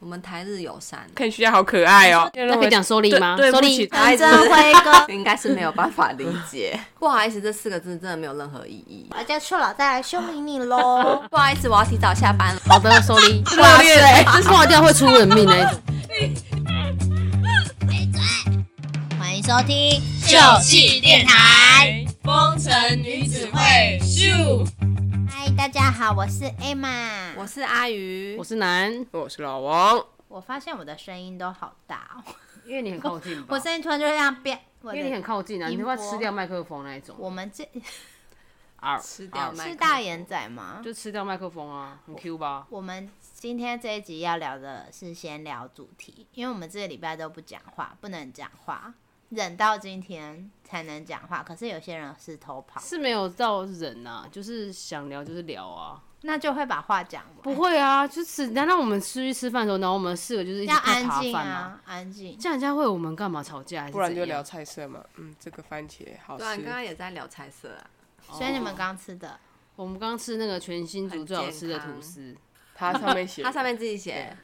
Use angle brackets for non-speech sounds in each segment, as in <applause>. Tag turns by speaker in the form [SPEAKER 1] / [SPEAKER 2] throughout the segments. [SPEAKER 1] 我们台日友善，，
[SPEAKER 2] 看徐佳好可爱哦、
[SPEAKER 3] 那可以讲 sorry 吗
[SPEAKER 2] 对对不起
[SPEAKER 3] ？sorry，
[SPEAKER 2] 他一直
[SPEAKER 4] 辉哥
[SPEAKER 1] <laughs> 应该是没有办法理解。 <laughs> 不好意思，这四个字真的没有任何意义。
[SPEAKER 4] 我就去了再来修理你喽。
[SPEAKER 1] 不好意思，我要提早下班了。
[SPEAKER 3] 好的
[SPEAKER 2] <laughs>
[SPEAKER 3] sorry。
[SPEAKER 2] 热恋
[SPEAKER 3] 这挂掉会出人命的、欸。
[SPEAKER 4] <laughs> 欢迎收听
[SPEAKER 5] 秀气电台，风尘女子会咻。
[SPEAKER 4] 嗨，大家好，我是 Emma。
[SPEAKER 1] 我是阿鱼，
[SPEAKER 3] 我是男，
[SPEAKER 2] 我是老王，
[SPEAKER 4] 我发现我的声音都好大哦，
[SPEAKER 3] 因为你很靠近吧
[SPEAKER 4] 我声音突然就这样变。我
[SPEAKER 3] 因为你很
[SPEAKER 4] 的
[SPEAKER 3] 靠近啊，你会不
[SPEAKER 4] 音
[SPEAKER 3] 会
[SPEAKER 4] 波
[SPEAKER 3] 吃掉麦克风那一种。
[SPEAKER 4] 我们这
[SPEAKER 3] 啊，
[SPEAKER 1] 吃掉麦
[SPEAKER 4] 是
[SPEAKER 1] 克
[SPEAKER 4] 大眼仔吗？
[SPEAKER 3] 就吃掉麦克风啊，很 Q 吧？
[SPEAKER 4] 我们今天这一集要聊的是闲聊主题，因为我们这个礼拜都不讲话，不能讲话，忍到今天才能讲话。可是有些人是偷跑，
[SPEAKER 3] 是没有到人啊，就是想聊就是聊啊。
[SPEAKER 4] 那就会把话讲
[SPEAKER 3] 不
[SPEAKER 4] 完。
[SPEAKER 3] 会啊，就是难道我们出去吃饭的时候，然后我们四个就是一起
[SPEAKER 4] 要
[SPEAKER 3] 看
[SPEAKER 4] 安
[SPEAKER 3] 扒
[SPEAKER 4] 静
[SPEAKER 3] 饭？
[SPEAKER 4] 啊，安静。
[SPEAKER 3] 这样人家会我们干嘛吵架？还是
[SPEAKER 2] 不然就
[SPEAKER 3] 怎样
[SPEAKER 2] 聊菜色嘛。嗯，这个番茄好
[SPEAKER 1] 对啊，你
[SPEAKER 2] 吃
[SPEAKER 1] 刚。刚也在聊彩色啊，
[SPEAKER 4] 所以你们刚吃的，
[SPEAKER 3] 我们刚刚吃那个全新竹最好吃的吐司，
[SPEAKER 2] 它上面写，
[SPEAKER 1] 它上面自己写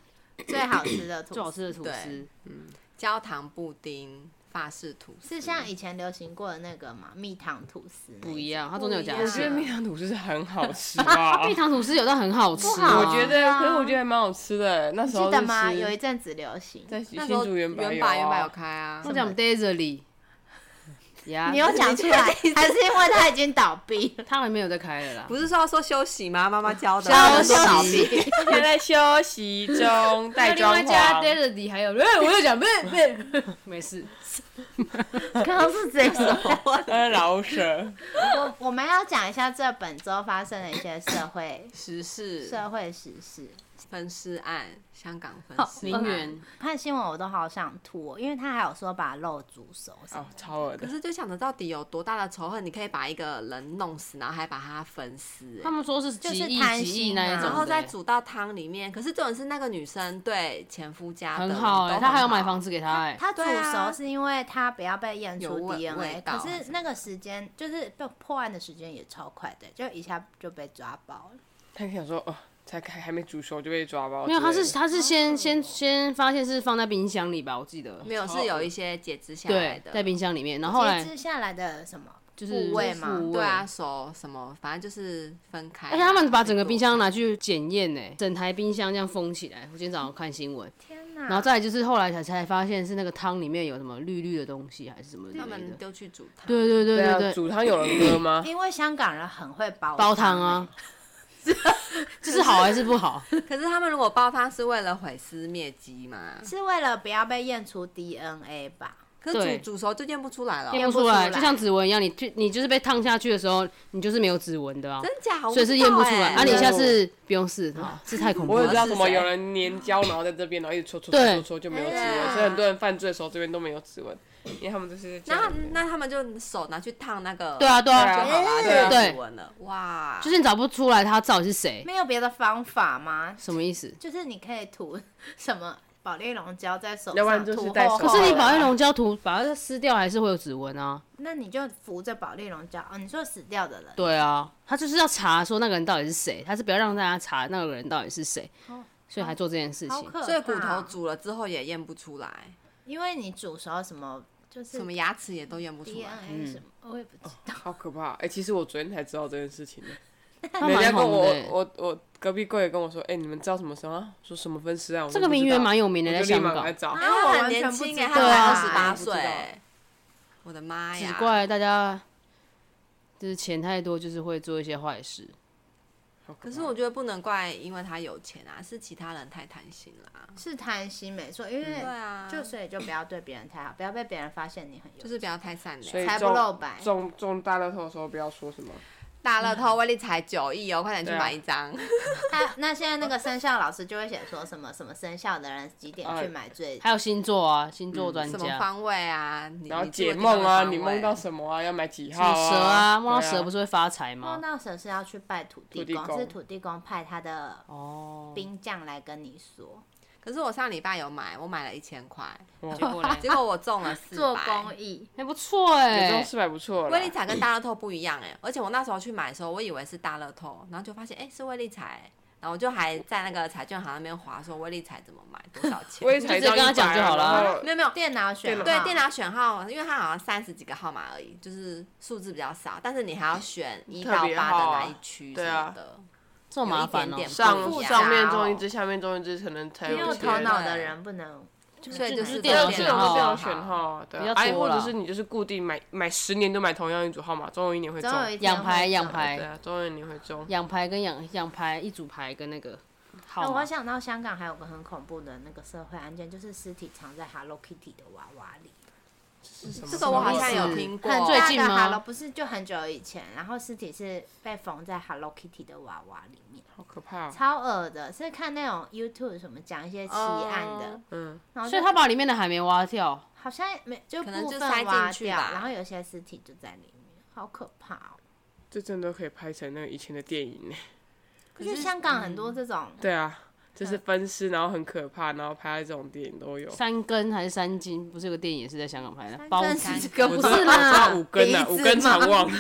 [SPEAKER 4] 最好吃的吐
[SPEAKER 3] 最好
[SPEAKER 4] 司
[SPEAKER 3] 吃的吐司
[SPEAKER 1] 对，焦糖布丁、法式吐司，
[SPEAKER 4] 是像以前流行过的那个嘛，蜜糖吐司那
[SPEAKER 3] 不一
[SPEAKER 4] 种。
[SPEAKER 3] 样，它中间有加
[SPEAKER 1] 不一
[SPEAKER 2] 我
[SPEAKER 1] 样
[SPEAKER 2] 觉得
[SPEAKER 3] 馅。啊
[SPEAKER 2] 蜜糖吐司很好吃啊。
[SPEAKER 3] <laughs> 蜜糖吐司有到很好吃，
[SPEAKER 4] 不好
[SPEAKER 2] 我
[SPEAKER 4] 啊
[SPEAKER 2] 觉得，可是我觉得还蛮好吃的。那时
[SPEAKER 4] 记
[SPEAKER 2] 候
[SPEAKER 4] 得
[SPEAKER 2] 就
[SPEAKER 4] 吗？
[SPEAKER 2] 吃
[SPEAKER 4] 有一阵子流行，
[SPEAKER 2] 在新
[SPEAKER 1] 那时候
[SPEAKER 2] 竹
[SPEAKER 1] 原
[SPEAKER 2] 白
[SPEAKER 1] 原版
[SPEAKER 2] 啊
[SPEAKER 1] 有，开啊
[SPEAKER 3] 我，讲 Daisy，呀，
[SPEAKER 4] 你又讲出来，还是因为它已经倒闭
[SPEAKER 3] <laughs>
[SPEAKER 4] 了，
[SPEAKER 3] 他们没有在开了啦。
[SPEAKER 1] 不是说要说休息吗？妈妈教的，
[SPEAKER 3] 休息
[SPEAKER 1] 说
[SPEAKER 4] 倒
[SPEAKER 1] 倒
[SPEAKER 4] 闭
[SPEAKER 1] 闭。
[SPEAKER 2] 还 <laughs> 在休息中，带
[SPEAKER 3] <laughs> 另
[SPEAKER 2] 装
[SPEAKER 3] 外加
[SPEAKER 2] 潢。
[SPEAKER 3] Daisy 还有，哎，我又讲，不不，没事，
[SPEAKER 4] 刚刚是这种。
[SPEAKER 2] 呃，老舍，
[SPEAKER 4] <laughs> 我我们要讲一下这本周发生的一些社会
[SPEAKER 1] 时事
[SPEAKER 4] 社会时事。
[SPEAKER 1] 分尸案，香港分尸
[SPEAKER 3] 名
[SPEAKER 1] 案。
[SPEAKER 3] 媛
[SPEAKER 4] 看新闻我都好想吐、哦，因为他还有说把肉煮熟什么
[SPEAKER 2] 哦，超恶
[SPEAKER 1] 可
[SPEAKER 2] 的。
[SPEAKER 1] 是就想着到底有多大的仇恨，你可以把一个人弄死，然后还把他分尸、
[SPEAKER 3] 他
[SPEAKER 1] 哎
[SPEAKER 3] 们说是
[SPEAKER 4] 就
[SPEAKER 3] 几
[SPEAKER 4] 是
[SPEAKER 3] 亿
[SPEAKER 4] 贪
[SPEAKER 3] 几亿
[SPEAKER 4] 心
[SPEAKER 3] 那
[SPEAKER 4] 啊
[SPEAKER 3] 一种的，
[SPEAKER 1] 然后再煮到汤里面。可是这种是那个女生对前夫家的
[SPEAKER 3] 很好
[SPEAKER 1] 人
[SPEAKER 3] 哎，
[SPEAKER 1] 都
[SPEAKER 3] 他还有
[SPEAKER 1] 很好
[SPEAKER 3] 买房子给他哎，
[SPEAKER 4] 他煮
[SPEAKER 1] 对啊
[SPEAKER 4] 熟是因为他不要被验
[SPEAKER 1] 有
[SPEAKER 4] 出
[SPEAKER 1] 味味
[SPEAKER 4] DNA，
[SPEAKER 1] 道
[SPEAKER 4] 可是那个时间就是被破案的时间也超快的，就一下就被抓包了。
[SPEAKER 2] 他想说，哦，才还还没煮熟就被抓包之
[SPEAKER 3] 没
[SPEAKER 2] 类
[SPEAKER 3] 有，
[SPEAKER 2] 的。
[SPEAKER 3] 他是他是先先先发现是放在冰箱里吧，我记得。
[SPEAKER 1] 没有是有一些截肢下来
[SPEAKER 3] 对，
[SPEAKER 1] 的，
[SPEAKER 3] 在冰箱里面，然后后
[SPEAKER 4] 截
[SPEAKER 3] 来
[SPEAKER 4] 肢下来的什么
[SPEAKER 3] 就是
[SPEAKER 4] 部位吗
[SPEAKER 3] 部位
[SPEAKER 1] 对啊，，手什么，反正就是分开。
[SPEAKER 3] 而且他们把整个冰箱拿去检验呢，整台冰箱这样封起来。我今天早上看新闻，
[SPEAKER 4] 天哪！
[SPEAKER 3] 然后再来就是后来才才发现是那个汤里面有什么绿绿的东西还是什么之
[SPEAKER 1] 他
[SPEAKER 3] 类
[SPEAKER 1] 们
[SPEAKER 3] 的。
[SPEAKER 1] 丢去煮汤。
[SPEAKER 3] 对对对
[SPEAKER 2] 对啊，
[SPEAKER 3] 对对，
[SPEAKER 2] 煮汤有人喝吗？
[SPEAKER 4] 因为香港人很会煲
[SPEAKER 3] 煲
[SPEAKER 2] <laughs>
[SPEAKER 3] 汤啊，这是好还是不 <laughs> 好？
[SPEAKER 1] 可是他们如果煲汤是为了毁尸灭迹嘛
[SPEAKER 4] 欸，？是为了不要被验出 DNA 吧？
[SPEAKER 1] 可是
[SPEAKER 3] 对
[SPEAKER 1] 煮煮熟就验不出来了哦，
[SPEAKER 3] 验不
[SPEAKER 4] 不
[SPEAKER 3] 出
[SPEAKER 4] 出
[SPEAKER 3] 来，
[SPEAKER 4] 来
[SPEAKER 3] 就像指纹一样，你就你就是被烫下去的时候，你就是没有指纹的啊，
[SPEAKER 1] 真假？
[SPEAKER 3] 所以是验不出
[SPEAKER 1] 欸
[SPEAKER 3] 来。啊，你
[SPEAKER 2] 对
[SPEAKER 3] 下次不用试，哈，这太恐怖
[SPEAKER 2] 我也
[SPEAKER 3] 了
[SPEAKER 2] 知。道什么
[SPEAKER 1] 是谁
[SPEAKER 2] 有人粘胶，然后在这边，然后一直戳戳戳
[SPEAKER 3] 对
[SPEAKER 2] 戳戳就没有指
[SPEAKER 1] 哎
[SPEAKER 2] 纹，所以很多人犯罪的时候这边都没有指纹，因为他们就是这
[SPEAKER 1] 那
[SPEAKER 2] 样的。
[SPEAKER 1] 那他们就手拿去烫那个，
[SPEAKER 3] 对啊，对
[SPEAKER 2] 对
[SPEAKER 3] 啊
[SPEAKER 2] 啊，
[SPEAKER 1] 就好了，就
[SPEAKER 2] 对啊
[SPEAKER 1] 没有指纹了。哎哇，
[SPEAKER 3] 就是你找不出来他到底是谁，
[SPEAKER 4] 没有别的方法吗？
[SPEAKER 3] 什么意思？
[SPEAKER 4] 就是你可以涂 <laughs> 什么保丽龙胶在手
[SPEAKER 2] 要不然
[SPEAKER 4] 上
[SPEAKER 2] 就是
[SPEAKER 4] 涂
[SPEAKER 2] 戴
[SPEAKER 4] 厚厚
[SPEAKER 2] 手
[SPEAKER 4] 的，
[SPEAKER 3] 可是你把那种胶涂把它撕掉，还是会有指纹啊？
[SPEAKER 4] 啊那你就扶着保丽龙胶哦。你说死掉的人，
[SPEAKER 3] 对啊，他就是要查说那个人到底是谁，他是不要让大家查那个人到底是谁，所以还做这件事
[SPEAKER 4] 哦好
[SPEAKER 3] 情。
[SPEAKER 4] 可怕。哦
[SPEAKER 1] 所以骨头，煮了之后也验不出来，
[SPEAKER 4] 因为你煮熟什么就是
[SPEAKER 1] 什么牙齿也都验不出来。
[SPEAKER 3] 啊
[SPEAKER 4] DNA 什么，我也不知道。
[SPEAKER 2] 好可怕！哎、其实我昨天才知道这件事情的。
[SPEAKER 3] 他
[SPEAKER 2] 人家
[SPEAKER 3] 蛮
[SPEAKER 2] 跟
[SPEAKER 3] 红
[SPEAKER 2] 我
[SPEAKER 3] 的欸，
[SPEAKER 2] 我我隔壁柜也跟我说，哎、你们知道什么什么？说什么分尸啊案？
[SPEAKER 3] 这个名媛蛮
[SPEAKER 2] 有
[SPEAKER 3] 有名的，在香港，
[SPEAKER 2] 来找。
[SPEAKER 1] 因为
[SPEAKER 4] 我
[SPEAKER 1] 他啊很
[SPEAKER 4] 完全
[SPEAKER 1] 年
[SPEAKER 4] 不
[SPEAKER 1] 轻
[SPEAKER 4] 知
[SPEAKER 1] 耶，
[SPEAKER 4] 道
[SPEAKER 1] 他才哎二十
[SPEAKER 4] 啊
[SPEAKER 1] 八
[SPEAKER 2] 我不知道
[SPEAKER 1] 岁，欸我的
[SPEAKER 4] 哎
[SPEAKER 1] 妈
[SPEAKER 3] 只
[SPEAKER 1] 呀！
[SPEAKER 3] 怪大家就是钱太多，就是会做一些坏事。
[SPEAKER 2] 好怕
[SPEAKER 1] 可是我觉得不能怪，因为他有钱啊，是其他人太贪心
[SPEAKER 3] 哦
[SPEAKER 1] 啦。
[SPEAKER 4] 是贪心没错，因
[SPEAKER 1] 对
[SPEAKER 2] 嗯
[SPEAKER 4] 为
[SPEAKER 1] 啊，
[SPEAKER 4] 就所以就不要对别人太好，不要被别人发现你很有，
[SPEAKER 1] 就是不要太善
[SPEAKER 2] 所以
[SPEAKER 1] 良。
[SPEAKER 4] 财不
[SPEAKER 2] 中
[SPEAKER 4] 露白
[SPEAKER 2] 中中大乐透的时候不要说什么，
[SPEAKER 1] 大乐透威力才九亿哦，快点去
[SPEAKER 2] 嗯对啊
[SPEAKER 1] 买一张。
[SPEAKER 4] 他那现在那个生肖老师就会写说什么什么生肖的人几点
[SPEAKER 2] 哎
[SPEAKER 4] 去买最
[SPEAKER 3] 还有星座啊，星座专
[SPEAKER 4] 嗯
[SPEAKER 1] 什么
[SPEAKER 3] 家，
[SPEAKER 1] 方位啊？你
[SPEAKER 2] 然后
[SPEAKER 1] 你住的
[SPEAKER 2] 解
[SPEAKER 1] 地方
[SPEAKER 2] 梦
[SPEAKER 1] 的
[SPEAKER 2] 啊，
[SPEAKER 1] 方
[SPEAKER 2] 你
[SPEAKER 1] 位
[SPEAKER 2] 梦到什么啊？要买几
[SPEAKER 3] 什
[SPEAKER 2] 号
[SPEAKER 3] 么蛇啊，梦到
[SPEAKER 2] 对
[SPEAKER 3] 蛇不是会发财吗？
[SPEAKER 4] 梦到蛇是要去拜土地
[SPEAKER 2] 土地
[SPEAKER 4] 公，
[SPEAKER 2] 公
[SPEAKER 4] 是土地公派他的
[SPEAKER 3] 哦，
[SPEAKER 4] 兵将来跟你说，
[SPEAKER 1] 可是我上礼拜有买，我买了一千块，
[SPEAKER 2] 哎
[SPEAKER 3] 结果嘞
[SPEAKER 4] <laughs>
[SPEAKER 1] 结果我
[SPEAKER 2] <laughs>
[SPEAKER 1] 中了四
[SPEAKER 4] 做
[SPEAKER 1] 百。
[SPEAKER 4] 公益。
[SPEAKER 3] 还不错哎、
[SPEAKER 2] 你中四百不错了
[SPEAKER 1] 威力。彩欸跟大乐透不一样哎、而且我那时候去买的时候，我以为是大乐透，然后就发现哎、诶是威力彩、然然后我就还在那个彩券行那边划说威力彩怎么买，多少
[SPEAKER 2] <laughs>
[SPEAKER 1] 钱？
[SPEAKER 2] 我也才
[SPEAKER 3] 就直接跟他讲就好
[SPEAKER 2] 啊
[SPEAKER 3] 啦
[SPEAKER 1] 没有没有，
[SPEAKER 4] 电脑选
[SPEAKER 1] 对
[SPEAKER 4] 号
[SPEAKER 1] 电脑选号，因为它好像三十几个号码而已，就是数字比较少，但是你还要选一到
[SPEAKER 2] 特别
[SPEAKER 1] 八的
[SPEAKER 2] 号啊
[SPEAKER 1] 那一区什
[SPEAKER 2] 对
[SPEAKER 1] 么
[SPEAKER 2] 啊
[SPEAKER 1] 的，
[SPEAKER 3] 这么麻烦
[SPEAKER 1] 有一
[SPEAKER 3] 哦、
[SPEAKER 1] 点点
[SPEAKER 2] 上
[SPEAKER 1] 不一样
[SPEAKER 2] 上面中一只，下面中一只，可能才
[SPEAKER 4] 没有
[SPEAKER 2] 钱
[SPEAKER 4] 头脑的
[SPEAKER 1] 对
[SPEAKER 4] 人不能。
[SPEAKER 1] 所以就是
[SPEAKER 3] 电脑
[SPEAKER 2] 这
[SPEAKER 3] 选
[SPEAKER 2] 种都
[SPEAKER 3] 号啊
[SPEAKER 2] 是要选号啊，对
[SPEAKER 3] 比较
[SPEAKER 2] 啊，哎，
[SPEAKER 3] 多
[SPEAKER 2] 或
[SPEAKER 3] 啦
[SPEAKER 2] 者是你就是固定买买十年都买同样一组号码，总有一年会中
[SPEAKER 4] 总。有一天
[SPEAKER 3] 养牌
[SPEAKER 4] 会
[SPEAKER 3] 养
[SPEAKER 4] 中
[SPEAKER 3] 牌
[SPEAKER 2] 对啊，总有一年会中。
[SPEAKER 3] 养牌跟养养牌一组牌跟那个
[SPEAKER 4] 哎
[SPEAKER 3] 号
[SPEAKER 4] 我
[SPEAKER 3] 码，
[SPEAKER 4] 想到香港还有个很恐怖的那个社会案件，就是尸体藏在 Hello Kitty 的娃娃里。
[SPEAKER 1] 这个我好像有听过，
[SPEAKER 3] 看最近
[SPEAKER 4] 大的
[SPEAKER 3] 吗
[SPEAKER 4] Hello 不是就很久以前，然后尸体是被缝在 Hello Kitty 的娃娃里面，
[SPEAKER 2] 好可怕哦。
[SPEAKER 4] 超恶的。是看那种 YouTube 什么讲一些奇案的，
[SPEAKER 2] 嗯，
[SPEAKER 4] 然后
[SPEAKER 3] 所以
[SPEAKER 4] 就
[SPEAKER 3] 他把里面的海绵挖掉，
[SPEAKER 4] 好像没就
[SPEAKER 1] 可能
[SPEAKER 4] 部
[SPEAKER 1] 就
[SPEAKER 4] 分
[SPEAKER 1] 塞进
[SPEAKER 4] 挖
[SPEAKER 1] 去
[SPEAKER 4] 掉，
[SPEAKER 1] 吧
[SPEAKER 4] 然后有些尸体就在里面，好可怕哦。
[SPEAKER 2] 这真的都可以拍成那个以前的电影呢。
[SPEAKER 4] 可是香港很多这种，
[SPEAKER 2] 对啊，就是分尸，然后很可怕，然后拍这种电影都有。
[SPEAKER 3] 三根还是三斤？不是有个电影也是在香港拍的，
[SPEAKER 4] 三
[SPEAKER 3] 包
[SPEAKER 4] 根
[SPEAKER 3] 子
[SPEAKER 4] 是个
[SPEAKER 2] 我
[SPEAKER 4] 不
[SPEAKER 2] 知道
[SPEAKER 4] 是
[SPEAKER 2] 我知道
[SPEAKER 4] 啦，
[SPEAKER 2] 五根啊，
[SPEAKER 4] 鼻
[SPEAKER 2] 五
[SPEAKER 4] 子
[SPEAKER 2] 根
[SPEAKER 4] 嘛
[SPEAKER 2] 长
[SPEAKER 4] <laughs>
[SPEAKER 2] 望。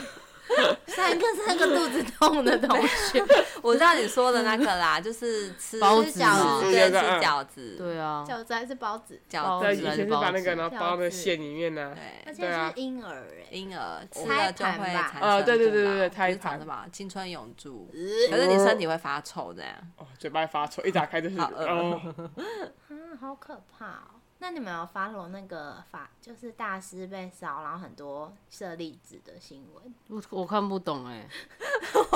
[SPEAKER 4] 三个三个肚子痛的同学，
[SPEAKER 1] 我知道你说的那个啦，就是吃
[SPEAKER 3] 包
[SPEAKER 1] 吃
[SPEAKER 3] 子
[SPEAKER 1] 饺
[SPEAKER 3] 嘛
[SPEAKER 1] 子，
[SPEAKER 2] 有
[SPEAKER 1] 对，
[SPEAKER 2] 一个
[SPEAKER 1] 吃
[SPEAKER 2] 嗯
[SPEAKER 1] 饺子，
[SPEAKER 3] 对啊，
[SPEAKER 4] 饺子还是包子，
[SPEAKER 1] 饺
[SPEAKER 2] 对，
[SPEAKER 3] 包
[SPEAKER 2] 以
[SPEAKER 3] 子
[SPEAKER 1] 子，
[SPEAKER 3] 还
[SPEAKER 2] 前
[SPEAKER 3] 是
[SPEAKER 2] 是把那个
[SPEAKER 3] 包子
[SPEAKER 2] 然后包到那个馅里面呢。
[SPEAKER 1] 对
[SPEAKER 4] 而。且
[SPEAKER 2] 对啊
[SPEAKER 4] 是婴儿哎，
[SPEAKER 1] 婴儿吃
[SPEAKER 4] 胎
[SPEAKER 1] 了就
[SPEAKER 4] 盘
[SPEAKER 1] 会
[SPEAKER 4] 吧
[SPEAKER 1] 产生
[SPEAKER 3] 哦
[SPEAKER 2] 呃对对对对对
[SPEAKER 1] 不是
[SPEAKER 2] 胎
[SPEAKER 1] 产
[SPEAKER 2] 盘
[SPEAKER 1] 生吧，啊青春永驻，可
[SPEAKER 4] 呃
[SPEAKER 1] 是你身体会发臭这样。
[SPEAKER 2] 哦，嘴巴发臭，一打开就是
[SPEAKER 1] 好饿
[SPEAKER 2] 哦，
[SPEAKER 4] 啊，好可怕哦！那你们有 follow 那个法，就是大师被烧，然后很多舍利子的新闻，
[SPEAKER 3] <laughs> 我我看不懂哎、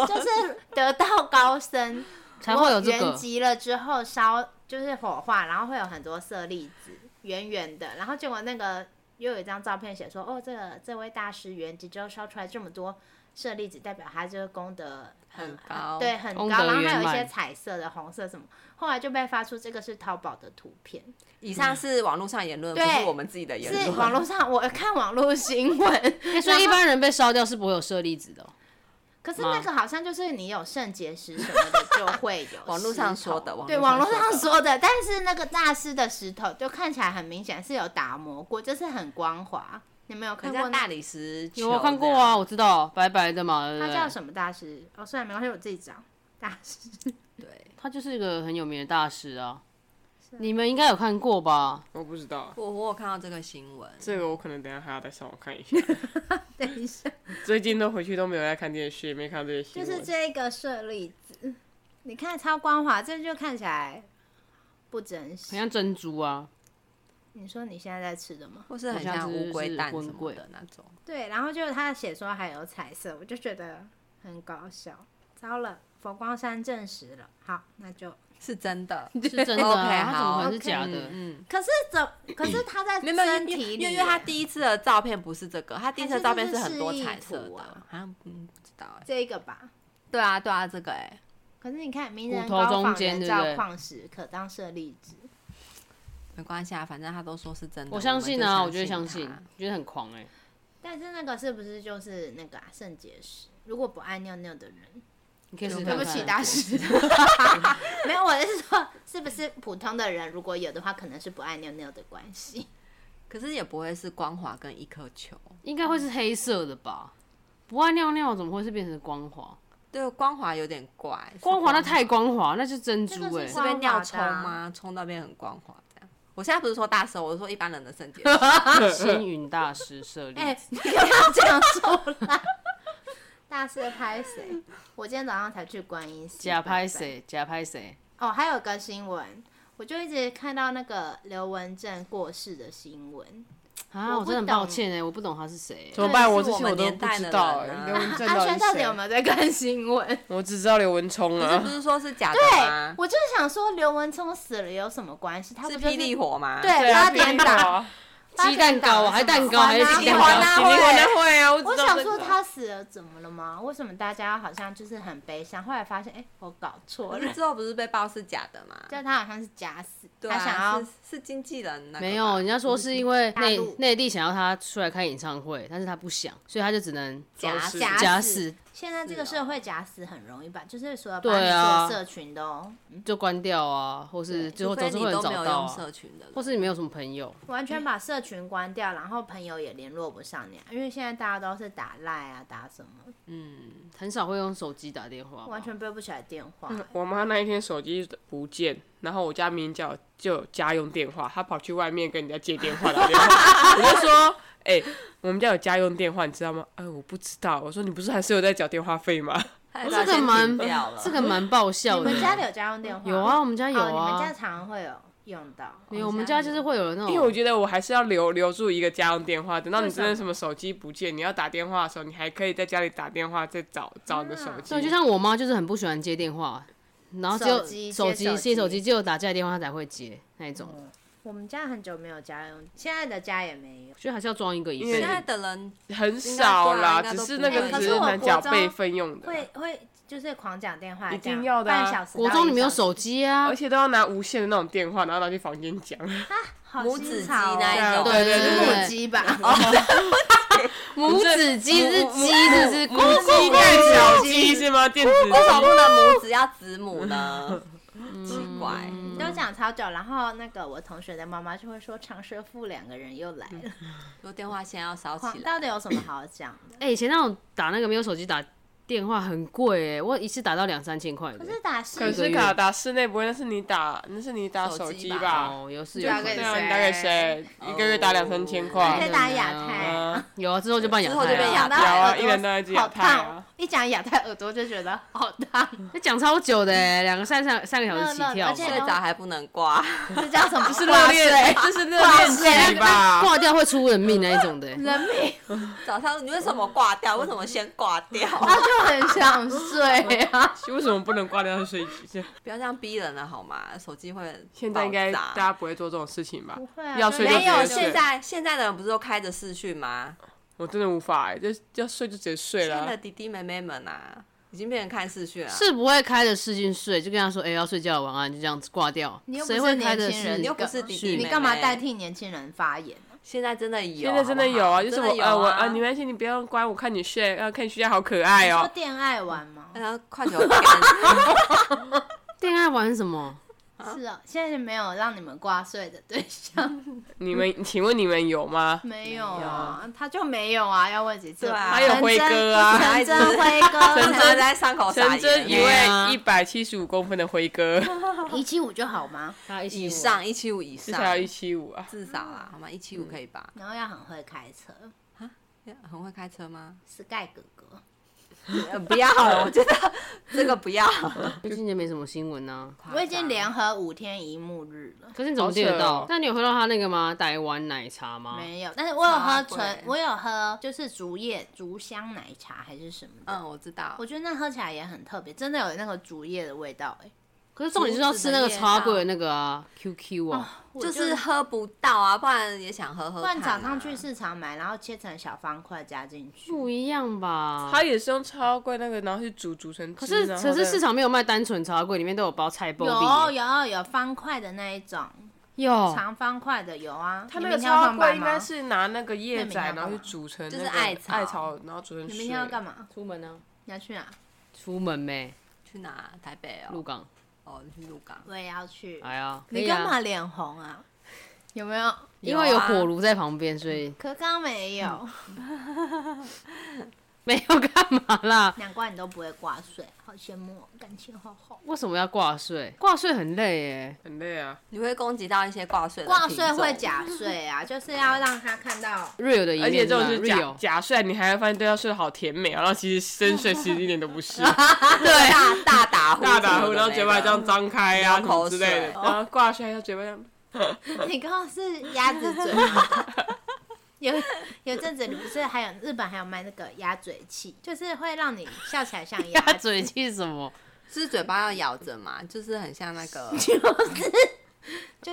[SPEAKER 4] 就是得道高僧
[SPEAKER 3] 才会有这
[SPEAKER 4] 原
[SPEAKER 3] 个。
[SPEAKER 4] 籍了之后烧，就是火化，然后会有很多舍利子，圆圆的，然后结果那个又有一张照片写说，哦，这个这位大师原籍之后烧出来这么多舍利子，代表他这个功德
[SPEAKER 1] 很高
[SPEAKER 4] 对，很 <laughs> 高，
[SPEAKER 3] 功
[SPEAKER 4] 然
[SPEAKER 3] 德
[SPEAKER 4] 后
[SPEAKER 3] 圆
[SPEAKER 4] 还有一些
[SPEAKER 3] 满
[SPEAKER 4] 彩色的、红色什么，后来就被发出这个是淘宝的图片。
[SPEAKER 1] 以
[SPEAKER 3] 嗯
[SPEAKER 1] 上是网络上言论，不
[SPEAKER 4] 对
[SPEAKER 1] 是我们自己的言
[SPEAKER 4] 是
[SPEAKER 1] 论。 <laughs>
[SPEAKER 4] 网络上我看网络新
[SPEAKER 3] <laughs>
[SPEAKER 4] 闻，
[SPEAKER 3] 欸所以一般人被烧掉是不会有舍利子的哦、
[SPEAKER 4] 可是那个好像就是你有肾结石什么的就会有
[SPEAKER 1] <laughs> 网络上
[SPEAKER 4] 石头
[SPEAKER 1] 说的网
[SPEAKER 4] 对，
[SPEAKER 1] 络
[SPEAKER 4] 网
[SPEAKER 1] 上
[SPEAKER 4] 络上
[SPEAKER 1] 说的
[SPEAKER 4] 说的，但是那个大师的石头就看起来很明显是有打磨过，就是很光滑。你们有看
[SPEAKER 1] 很
[SPEAKER 4] 过
[SPEAKER 1] 像大
[SPEAKER 4] 那？
[SPEAKER 1] 理石球这
[SPEAKER 3] 有
[SPEAKER 1] 样，
[SPEAKER 3] 我看过啊，我知道，白白的嘛，对不
[SPEAKER 4] 他
[SPEAKER 3] 对？
[SPEAKER 1] 呃
[SPEAKER 4] 叫什么大师？哦，算了，没关系，我自己找。大师
[SPEAKER 1] 对，
[SPEAKER 3] 他就是一个很有名的大师啊，你们应该有看过吧？
[SPEAKER 2] 我不知道。啊
[SPEAKER 1] 我我有看到这个新闻，
[SPEAKER 2] 这个我可能等一下还要再上网
[SPEAKER 1] <laughs>
[SPEAKER 2] 看一下。
[SPEAKER 4] 等一下，
[SPEAKER 2] <laughs> 最近都回去都没有在看电视，也没看到这些新
[SPEAKER 4] 就
[SPEAKER 2] 闻。
[SPEAKER 4] 是这个舍利子，你看超光滑，这就看起来不真
[SPEAKER 3] 很
[SPEAKER 4] 实。
[SPEAKER 3] 像珍珠啊，
[SPEAKER 4] 你说你现在在吃的吗？
[SPEAKER 1] 或是很
[SPEAKER 3] 好像
[SPEAKER 1] 像
[SPEAKER 3] 是
[SPEAKER 1] 乌龟蛋
[SPEAKER 3] 是
[SPEAKER 1] 什
[SPEAKER 3] 乌
[SPEAKER 1] 么
[SPEAKER 3] 龟
[SPEAKER 1] 的那种。
[SPEAKER 4] 对，然后就是他写说还有彩色，我就觉得很搞笑。糟了，佛光山证实了。好，那就是
[SPEAKER 1] 真的。
[SPEAKER 3] 是 <laughs> 真的、啊
[SPEAKER 1] OK，
[SPEAKER 3] 它怎
[SPEAKER 1] 哦
[SPEAKER 3] 么可能
[SPEAKER 1] 好
[SPEAKER 3] 是假的？
[SPEAKER 1] 嗯，
[SPEAKER 4] 可是怎？可是他在
[SPEAKER 1] 没有没有，
[SPEAKER 4] 身
[SPEAKER 1] 因为
[SPEAKER 4] 体
[SPEAKER 1] 因
[SPEAKER 4] 里耶，
[SPEAKER 1] 为因为他第一次的照片不是这个，他第一次的照片
[SPEAKER 4] 还是这是
[SPEAKER 1] 很多
[SPEAKER 4] 示意
[SPEAKER 1] 彩色
[SPEAKER 4] 图
[SPEAKER 1] 的，
[SPEAKER 4] 啊
[SPEAKER 1] 好像嗯不知道哎。
[SPEAKER 4] 这个吧。
[SPEAKER 1] 对啊对啊，这个哎，
[SPEAKER 4] 可是你看，名
[SPEAKER 3] 骨
[SPEAKER 4] 人
[SPEAKER 3] 头
[SPEAKER 4] 高
[SPEAKER 3] 中
[SPEAKER 4] 仿
[SPEAKER 3] 间
[SPEAKER 4] 人
[SPEAKER 3] 对不
[SPEAKER 4] 造
[SPEAKER 3] 对
[SPEAKER 4] 矿石可当舍利子，
[SPEAKER 1] 没关系啊，反正他都说是真的。嗯
[SPEAKER 3] 我
[SPEAKER 1] 我
[SPEAKER 3] 相信啊，我
[SPEAKER 1] 们
[SPEAKER 3] 觉得
[SPEAKER 1] 就
[SPEAKER 3] 相
[SPEAKER 1] 相
[SPEAKER 3] 信
[SPEAKER 1] 他，
[SPEAKER 3] 觉得很狂哎、
[SPEAKER 4] 但是那个是不是就是那个啊肾结石？如果不爱尿尿的人，
[SPEAKER 3] 你可以试试
[SPEAKER 4] 对
[SPEAKER 3] 看
[SPEAKER 4] 不
[SPEAKER 3] 看啊
[SPEAKER 4] 起大师， <laughs> 没有，我是说，是不是普通的人如果有的话，可能是不爱尿尿的关系。 <laughs>
[SPEAKER 1] 可是也不会是光滑跟一颗球。
[SPEAKER 3] 应该会是黑色的吧？不爱尿尿怎么会是变成光滑？
[SPEAKER 1] 对，光滑有点怪，是
[SPEAKER 3] 光滑那太光滑，那是珍珠
[SPEAKER 4] 那个
[SPEAKER 3] 哎、
[SPEAKER 4] 是
[SPEAKER 1] 是被尿冲
[SPEAKER 4] 光滑
[SPEAKER 1] 吗？冲到变很光滑这样。我现在不是说大蛇，我是说一般人的肾结石。
[SPEAKER 3] 星云大师舍利
[SPEAKER 4] 哎、你不要这样说啦！大师拍谁？我今天早上才去观音寺
[SPEAKER 3] 假拍
[SPEAKER 4] 拜拜？
[SPEAKER 3] 谁？假拍谁？
[SPEAKER 4] 哦，还有个新闻，我就一直看到那个刘文正过世的新闻。
[SPEAKER 3] 啊，我
[SPEAKER 4] 我不
[SPEAKER 3] 真的很抱
[SPEAKER 4] 懂
[SPEAKER 3] 歉哎、我不懂他是谁、
[SPEAKER 2] 怎么办？
[SPEAKER 1] 这
[SPEAKER 2] 我
[SPEAKER 1] 是
[SPEAKER 2] 这
[SPEAKER 1] 我
[SPEAKER 2] 些
[SPEAKER 1] 们
[SPEAKER 2] 我都
[SPEAKER 1] 年
[SPEAKER 2] 不
[SPEAKER 1] 代
[SPEAKER 2] 知
[SPEAKER 1] 的
[SPEAKER 2] 道哎、
[SPEAKER 1] 人啊
[SPEAKER 2] 刘
[SPEAKER 4] <laughs>
[SPEAKER 2] 文正
[SPEAKER 4] 阿
[SPEAKER 2] 到
[SPEAKER 4] 轩
[SPEAKER 2] 底
[SPEAKER 4] 到底
[SPEAKER 2] 谁
[SPEAKER 4] 有没有在看新闻？
[SPEAKER 2] 我只知道刘文聪
[SPEAKER 1] 不是
[SPEAKER 3] <laughs>
[SPEAKER 1] 不
[SPEAKER 2] 啊，
[SPEAKER 1] 是说是假的
[SPEAKER 4] 对
[SPEAKER 1] 吗？，
[SPEAKER 4] 我就是想说刘文聪死了有什么关系？他不
[SPEAKER 1] 是
[SPEAKER 4] 就
[SPEAKER 1] 霹雳火吗？
[SPEAKER 4] 对
[SPEAKER 2] 对啊，
[SPEAKER 4] 八点
[SPEAKER 2] 霹雳火
[SPEAKER 4] 档
[SPEAKER 2] 啊，
[SPEAKER 3] 鸡蛋糕啊还是蛋糕还是
[SPEAKER 4] 花
[SPEAKER 3] 鸡
[SPEAKER 1] 蛋糕
[SPEAKER 4] 花
[SPEAKER 1] 花
[SPEAKER 2] 霹雳火
[SPEAKER 1] 卉
[SPEAKER 2] 大会啊，我
[SPEAKER 4] 我
[SPEAKER 2] 只知道
[SPEAKER 4] 想
[SPEAKER 2] 这
[SPEAKER 4] 说
[SPEAKER 2] 个
[SPEAKER 4] 他死了怎么了吗？为什么大家好像就是很悲伤？后来发现，哎、我搞错
[SPEAKER 1] 可是
[SPEAKER 4] 了，
[SPEAKER 1] 之后不是被爆是假的
[SPEAKER 3] 啊
[SPEAKER 1] 吗？
[SPEAKER 4] 就他好像是假死，
[SPEAKER 1] 对
[SPEAKER 4] 他
[SPEAKER 1] 啊，
[SPEAKER 4] 想要
[SPEAKER 1] 是是经纪人那个吧
[SPEAKER 3] 没有，人家说是因为
[SPEAKER 4] 大
[SPEAKER 3] 内
[SPEAKER 4] 陆
[SPEAKER 3] 内地想要他出来开演唱会，但是他不想，所以他就只能
[SPEAKER 1] 假
[SPEAKER 2] 是
[SPEAKER 1] 假
[SPEAKER 3] 假
[SPEAKER 4] 死
[SPEAKER 3] 死。
[SPEAKER 4] 现在这个
[SPEAKER 1] 是哦
[SPEAKER 4] 社会假死很容易吧，就是所有把
[SPEAKER 3] 对
[SPEAKER 4] 你
[SPEAKER 3] 啊
[SPEAKER 4] 所有社群都
[SPEAKER 3] 就关掉啊，或是最后
[SPEAKER 1] 除
[SPEAKER 3] 总
[SPEAKER 1] 非
[SPEAKER 3] 是
[SPEAKER 1] 你
[SPEAKER 3] 会有人
[SPEAKER 1] 都
[SPEAKER 3] 找
[SPEAKER 1] 没有
[SPEAKER 3] 到、
[SPEAKER 1] 用
[SPEAKER 3] 啊，
[SPEAKER 1] 社群的人，
[SPEAKER 3] 或是你没有什么朋友，
[SPEAKER 4] 完全把社群关掉，然后朋友也联络不上你啊、因为现在大家都是打赖啊，打什么，
[SPEAKER 3] 很少会用手机打电话吧，
[SPEAKER 4] 完全背不起来电话、
[SPEAKER 2] 我妈那一天手机不见，然后我家明明家有就有家用电话，她跑去外面跟人家借电话打电话， <laughs> 我就说，哎、我们家有家用电话，你知道吗？哎，我不知道，我说你不是还是有在缴电话费吗？
[SPEAKER 1] 太
[SPEAKER 3] 哦
[SPEAKER 1] 早
[SPEAKER 3] 这
[SPEAKER 1] 先
[SPEAKER 3] 个
[SPEAKER 1] 停
[SPEAKER 3] 蛮
[SPEAKER 1] 掉了
[SPEAKER 3] 这个蛮爆笑
[SPEAKER 4] 你
[SPEAKER 3] 的。
[SPEAKER 4] 们家里有家用电话？
[SPEAKER 3] 有啊，我们家有
[SPEAKER 4] 哦，你们家
[SPEAKER 3] 啊，
[SPEAKER 4] 常会有用到。
[SPEAKER 3] 没有，我们家就是会有那
[SPEAKER 2] 因为我
[SPEAKER 3] 种，
[SPEAKER 2] 觉得我还是要留留住一个家用电话，等到你真
[SPEAKER 4] 为
[SPEAKER 2] 的
[SPEAKER 4] 什
[SPEAKER 2] 什么手机不见，你要打电话的时候，你还可以在家里打电话再找找你的手机。
[SPEAKER 3] 对，就像我妈就是很不喜欢接电话，然后只
[SPEAKER 4] 手
[SPEAKER 3] 有手
[SPEAKER 4] 机接
[SPEAKER 3] 机
[SPEAKER 4] 手
[SPEAKER 3] 接手
[SPEAKER 4] 机
[SPEAKER 3] 机，只有打家里电话她才会接那一种，
[SPEAKER 2] 哦
[SPEAKER 4] 我们家很久没有家用，现在的家也没有。
[SPEAKER 3] 我觉得还是要装一个一
[SPEAKER 2] 因为
[SPEAKER 1] 现
[SPEAKER 3] 辈
[SPEAKER 1] 在
[SPEAKER 3] 子。
[SPEAKER 1] 的人
[SPEAKER 2] 很少啦，
[SPEAKER 1] 应该
[SPEAKER 2] 只
[SPEAKER 1] 都
[SPEAKER 2] 是
[SPEAKER 1] 不
[SPEAKER 2] 那
[SPEAKER 1] 会
[SPEAKER 2] 个
[SPEAKER 1] 可
[SPEAKER 2] 只
[SPEAKER 1] 是
[SPEAKER 2] 是
[SPEAKER 1] 我
[SPEAKER 2] 难
[SPEAKER 4] 国
[SPEAKER 2] 缴
[SPEAKER 4] 中
[SPEAKER 2] 备份用的，
[SPEAKER 4] 会会就是狂讲电话，
[SPEAKER 2] 一定
[SPEAKER 4] 这样
[SPEAKER 2] 要的啊
[SPEAKER 4] 半小时到一
[SPEAKER 3] 国
[SPEAKER 4] 小时。
[SPEAKER 3] 中你没有手机啊
[SPEAKER 2] 而，且都要拿无线的那种电话，然后拿去房间讲。
[SPEAKER 4] 啊好
[SPEAKER 1] 母
[SPEAKER 4] 新
[SPEAKER 1] 子机
[SPEAKER 4] 潮哦
[SPEAKER 1] 那一种，
[SPEAKER 3] 对对对对
[SPEAKER 4] 母鸡 <laughs> 吧，
[SPEAKER 3] 母子鸡是鸡，是是哎公鸡
[SPEAKER 2] 电小鸡是吗？电子
[SPEAKER 1] <laughs> 为什么不能母子要子母
[SPEAKER 2] <laughs>
[SPEAKER 1] 呢？嗯奇怪，
[SPEAKER 2] 嗯
[SPEAKER 4] 都讲超久。然后那个我同学的妈妈就会说，长舌妇两个人又来了，
[SPEAKER 1] 说电话线要烧起
[SPEAKER 4] 狂
[SPEAKER 1] 来，
[SPEAKER 4] 到底有什么好讲的？
[SPEAKER 3] 哎、以前那种打那个没有手机打电话很贵哎，我一次打到两三千块的
[SPEAKER 4] 可。是打
[SPEAKER 2] 可
[SPEAKER 4] 是
[SPEAKER 2] 是卡打室内不会，那是你打，那是你打
[SPEAKER 1] 手
[SPEAKER 2] 手
[SPEAKER 1] 机
[SPEAKER 2] 机
[SPEAKER 1] 吧
[SPEAKER 2] 吧？
[SPEAKER 3] 哦，有是
[SPEAKER 4] 就
[SPEAKER 3] 有
[SPEAKER 4] 打
[SPEAKER 3] 可
[SPEAKER 4] 给
[SPEAKER 2] 对
[SPEAKER 3] 能
[SPEAKER 2] 啊，
[SPEAKER 4] 谁
[SPEAKER 2] 你打给谁？一个月打两三千块
[SPEAKER 4] 可以。打亚太
[SPEAKER 2] 嗯，
[SPEAKER 3] 有啊，之后就办亚太、
[SPEAKER 1] 之
[SPEAKER 3] 啊，
[SPEAKER 1] 后就变亚
[SPEAKER 4] 讲
[SPEAKER 1] 太
[SPEAKER 4] 到
[SPEAKER 2] 有啊
[SPEAKER 4] 耳朵
[SPEAKER 2] 一人都一只亚
[SPEAKER 4] 好
[SPEAKER 2] 太啊
[SPEAKER 4] 烫，哦一讲亚太耳朵就觉得好烫，
[SPEAKER 3] 那讲超久的哎，两个三三三个小时起跳吧，
[SPEAKER 4] 而且
[SPEAKER 1] 睡着还不能
[SPEAKER 2] <laughs>
[SPEAKER 1] 挂，
[SPEAKER 4] 这叫什么？
[SPEAKER 2] 这是热
[SPEAKER 1] <laughs>
[SPEAKER 2] 恋，这是热恋期吧？
[SPEAKER 3] 挂掉会出人命那一种的欸。
[SPEAKER 4] 人命，
[SPEAKER 1] 早上你为什么挂掉？为什么先挂掉？
[SPEAKER 2] <laughs>
[SPEAKER 4] 他啊就很想睡啊。
[SPEAKER 2] 为什么不能挂掉睡 <laughs> 觉？
[SPEAKER 1] 不要这样逼人了好吗？手机会
[SPEAKER 2] 现在应该
[SPEAKER 1] 爆
[SPEAKER 2] 大
[SPEAKER 1] 炸
[SPEAKER 2] 家不会做这种事 <laughs> 情吧？
[SPEAKER 4] 会啊
[SPEAKER 2] 要睡就直
[SPEAKER 1] 没有，
[SPEAKER 2] 接
[SPEAKER 1] 现
[SPEAKER 2] 睡。
[SPEAKER 1] 在现在的人不是都开着视讯吗？
[SPEAKER 2] 我真的无法哎，就要睡就直接睡
[SPEAKER 1] 现在的
[SPEAKER 2] 了。啊
[SPEAKER 1] 弟弟妹妹们啊，已经变成看视讯了。
[SPEAKER 3] 是不会开着视讯睡，就跟他说：“哎、要睡觉了，晚安。”就这样子挂掉
[SPEAKER 4] 你又。不
[SPEAKER 3] 谁
[SPEAKER 4] 是
[SPEAKER 3] 会开着
[SPEAKER 4] 年轻人
[SPEAKER 3] 视
[SPEAKER 1] 你又不是弟弟妹妹，
[SPEAKER 4] 你干嘛代？替年轻人发言？
[SPEAKER 1] 现在真的有，
[SPEAKER 2] 现在真的
[SPEAKER 1] 好不
[SPEAKER 2] 有
[SPEAKER 1] 好
[SPEAKER 2] 啊，就是
[SPEAKER 1] 真的
[SPEAKER 2] 我
[SPEAKER 1] 有
[SPEAKER 2] 呃我
[SPEAKER 1] 啊，
[SPEAKER 2] 呃，
[SPEAKER 1] <laughs>
[SPEAKER 2] 你没关系，你不要关，我看你睡，啊看你睡觉好可爱
[SPEAKER 4] 说
[SPEAKER 2] 哦。
[SPEAKER 4] 恋爱玩吗？
[SPEAKER 2] 哎
[SPEAKER 1] 然后哎快点
[SPEAKER 2] <laughs>
[SPEAKER 1] 看，
[SPEAKER 3] 恋爱玩什么？
[SPEAKER 4] 是哦，现在是没有让你们挂睡的对
[SPEAKER 2] <laughs>
[SPEAKER 4] 象，
[SPEAKER 2] 你们，请问你们有吗？
[SPEAKER 4] 没有啊，他就没有啊，要问几次？
[SPEAKER 1] 对啊
[SPEAKER 2] 还有辉哥啊
[SPEAKER 4] 陈真辉
[SPEAKER 2] <laughs>
[SPEAKER 1] 陈 <laughs>
[SPEAKER 4] 哥，
[SPEAKER 1] 真在伤口撒
[SPEAKER 2] 陈真一
[SPEAKER 1] 盐，
[SPEAKER 3] 对
[SPEAKER 2] 位
[SPEAKER 3] 啊
[SPEAKER 2] 一百七十五公分的辉哥，
[SPEAKER 4] 一七五就好吗？
[SPEAKER 3] 他一起
[SPEAKER 1] 以
[SPEAKER 3] 玩
[SPEAKER 1] 上一七五以
[SPEAKER 2] 至少要
[SPEAKER 1] 上
[SPEAKER 2] 一，七五啊。
[SPEAKER 1] 至少啦，好吗？一七五可以吧？
[SPEAKER 4] 然后要很会开车
[SPEAKER 1] 很会开车吗？
[SPEAKER 4] ，Sky 哥哥，
[SPEAKER 1] 呃 <laughs> 不要了，我觉得这个 <laughs> 不要。
[SPEAKER 3] 最近也没什么新闻啊。
[SPEAKER 4] 我已经联合五天一幕日了。
[SPEAKER 3] 可是你怎么
[SPEAKER 2] 好扯
[SPEAKER 3] 订得到？
[SPEAKER 2] 哦
[SPEAKER 3] 但你有喝到他那个吗？台湾奶茶吗？
[SPEAKER 4] 没有，但是我有喝
[SPEAKER 1] 茶
[SPEAKER 4] 纯
[SPEAKER 1] 鬼，
[SPEAKER 4] 我有喝就是竹叶竹香奶茶还是什么的，
[SPEAKER 1] 嗯，我知道
[SPEAKER 4] 我。觉得那喝起来也很特别，真的有那个竹叶的味道哎、
[SPEAKER 3] 可是重点就是要吃那个超贵的那个啊，QQ 啊，
[SPEAKER 4] 我
[SPEAKER 1] 就是喝不到啊，不然也想喝喝
[SPEAKER 4] 不
[SPEAKER 1] 看啊。
[SPEAKER 4] 然早上去市场买，然后切成小方块加进去。
[SPEAKER 3] 不一样吧？
[SPEAKER 2] 他也是用超贵那个，然后去煮煮成
[SPEAKER 3] 可
[SPEAKER 2] 汁。
[SPEAKER 3] 是
[SPEAKER 2] 然后
[SPEAKER 3] 可是
[SPEAKER 2] 再
[SPEAKER 3] 市场没有卖单纯茶柜，里面都有包菜包
[SPEAKER 4] 有有有方块的那一种，
[SPEAKER 3] 有
[SPEAKER 4] 长方块的有啊。
[SPEAKER 2] 他
[SPEAKER 4] 你
[SPEAKER 2] 那
[SPEAKER 4] 明
[SPEAKER 2] 个
[SPEAKER 4] 天要
[SPEAKER 2] 超
[SPEAKER 4] 上班
[SPEAKER 2] 贵，
[SPEAKER 4] 吗
[SPEAKER 2] 应该是拿那个叶
[SPEAKER 4] 那明天要
[SPEAKER 2] 仔，
[SPEAKER 4] 干
[SPEAKER 2] 然
[SPEAKER 4] 嘛
[SPEAKER 2] 后去煮成那
[SPEAKER 1] 就是
[SPEAKER 2] 个
[SPEAKER 1] 艾草
[SPEAKER 2] 艾草，然后煮成
[SPEAKER 4] 你
[SPEAKER 2] 水。
[SPEAKER 4] 明天要干嘛？
[SPEAKER 3] 出门呢？
[SPEAKER 4] 你要去哪？
[SPEAKER 3] 出门呗，
[SPEAKER 1] 去哪？台北
[SPEAKER 3] 鹿
[SPEAKER 1] 哦，
[SPEAKER 3] 港。
[SPEAKER 1] 哦，你去鹿港。
[SPEAKER 4] 我也要去。
[SPEAKER 3] 哎呀，可
[SPEAKER 4] 你
[SPEAKER 3] 以
[SPEAKER 4] 干
[SPEAKER 3] 啊，
[SPEAKER 4] 嘛脸红啊？有没有？
[SPEAKER 3] 因为有
[SPEAKER 1] 啊
[SPEAKER 3] 火炉在旁边，所以
[SPEAKER 4] 可刚刚没有，
[SPEAKER 3] 没有干嘛啦。
[SPEAKER 4] 难怪你都不会挂水，好羡慕哦，感情好好。
[SPEAKER 3] 为什么要挂税？挂税很累耶。
[SPEAKER 2] 很累啊，
[SPEAKER 1] 你会攻击到一些挂税的
[SPEAKER 4] 挂
[SPEAKER 1] 品
[SPEAKER 4] 税会
[SPEAKER 1] 种
[SPEAKER 4] 假
[SPEAKER 3] <laughs>
[SPEAKER 4] 税啊，就是要让他看到
[SPEAKER 3] real 的一面，
[SPEAKER 2] 而且这种是假
[SPEAKER 3] real， <laughs>
[SPEAKER 2] 假睡，你还会发现对方睡得好甜美啊，然后其实深 <laughs> 睡其实一点都不是，
[SPEAKER 3] 对，
[SPEAKER 1] 大大打呼，
[SPEAKER 2] 大打呼，然后嘴
[SPEAKER 1] <laughs>
[SPEAKER 2] 巴这样，张开啊
[SPEAKER 1] 流
[SPEAKER 2] 什
[SPEAKER 1] 口
[SPEAKER 2] 么之类的，
[SPEAKER 1] 水
[SPEAKER 2] 然后挂睡，然后嘴巴这样。
[SPEAKER 4] 你刚刚是鸭子嘴。 <laughs> 有有阵子你不是还有日本还有卖那个鸭嘴器，就是会让你笑起来像鸭
[SPEAKER 3] 他
[SPEAKER 4] 子。
[SPEAKER 3] 嘴气什么？
[SPEAKER 1] 是嘴巴要咬着嘛，就是很像那 <laughs> 个
[SPEAKER 4] 就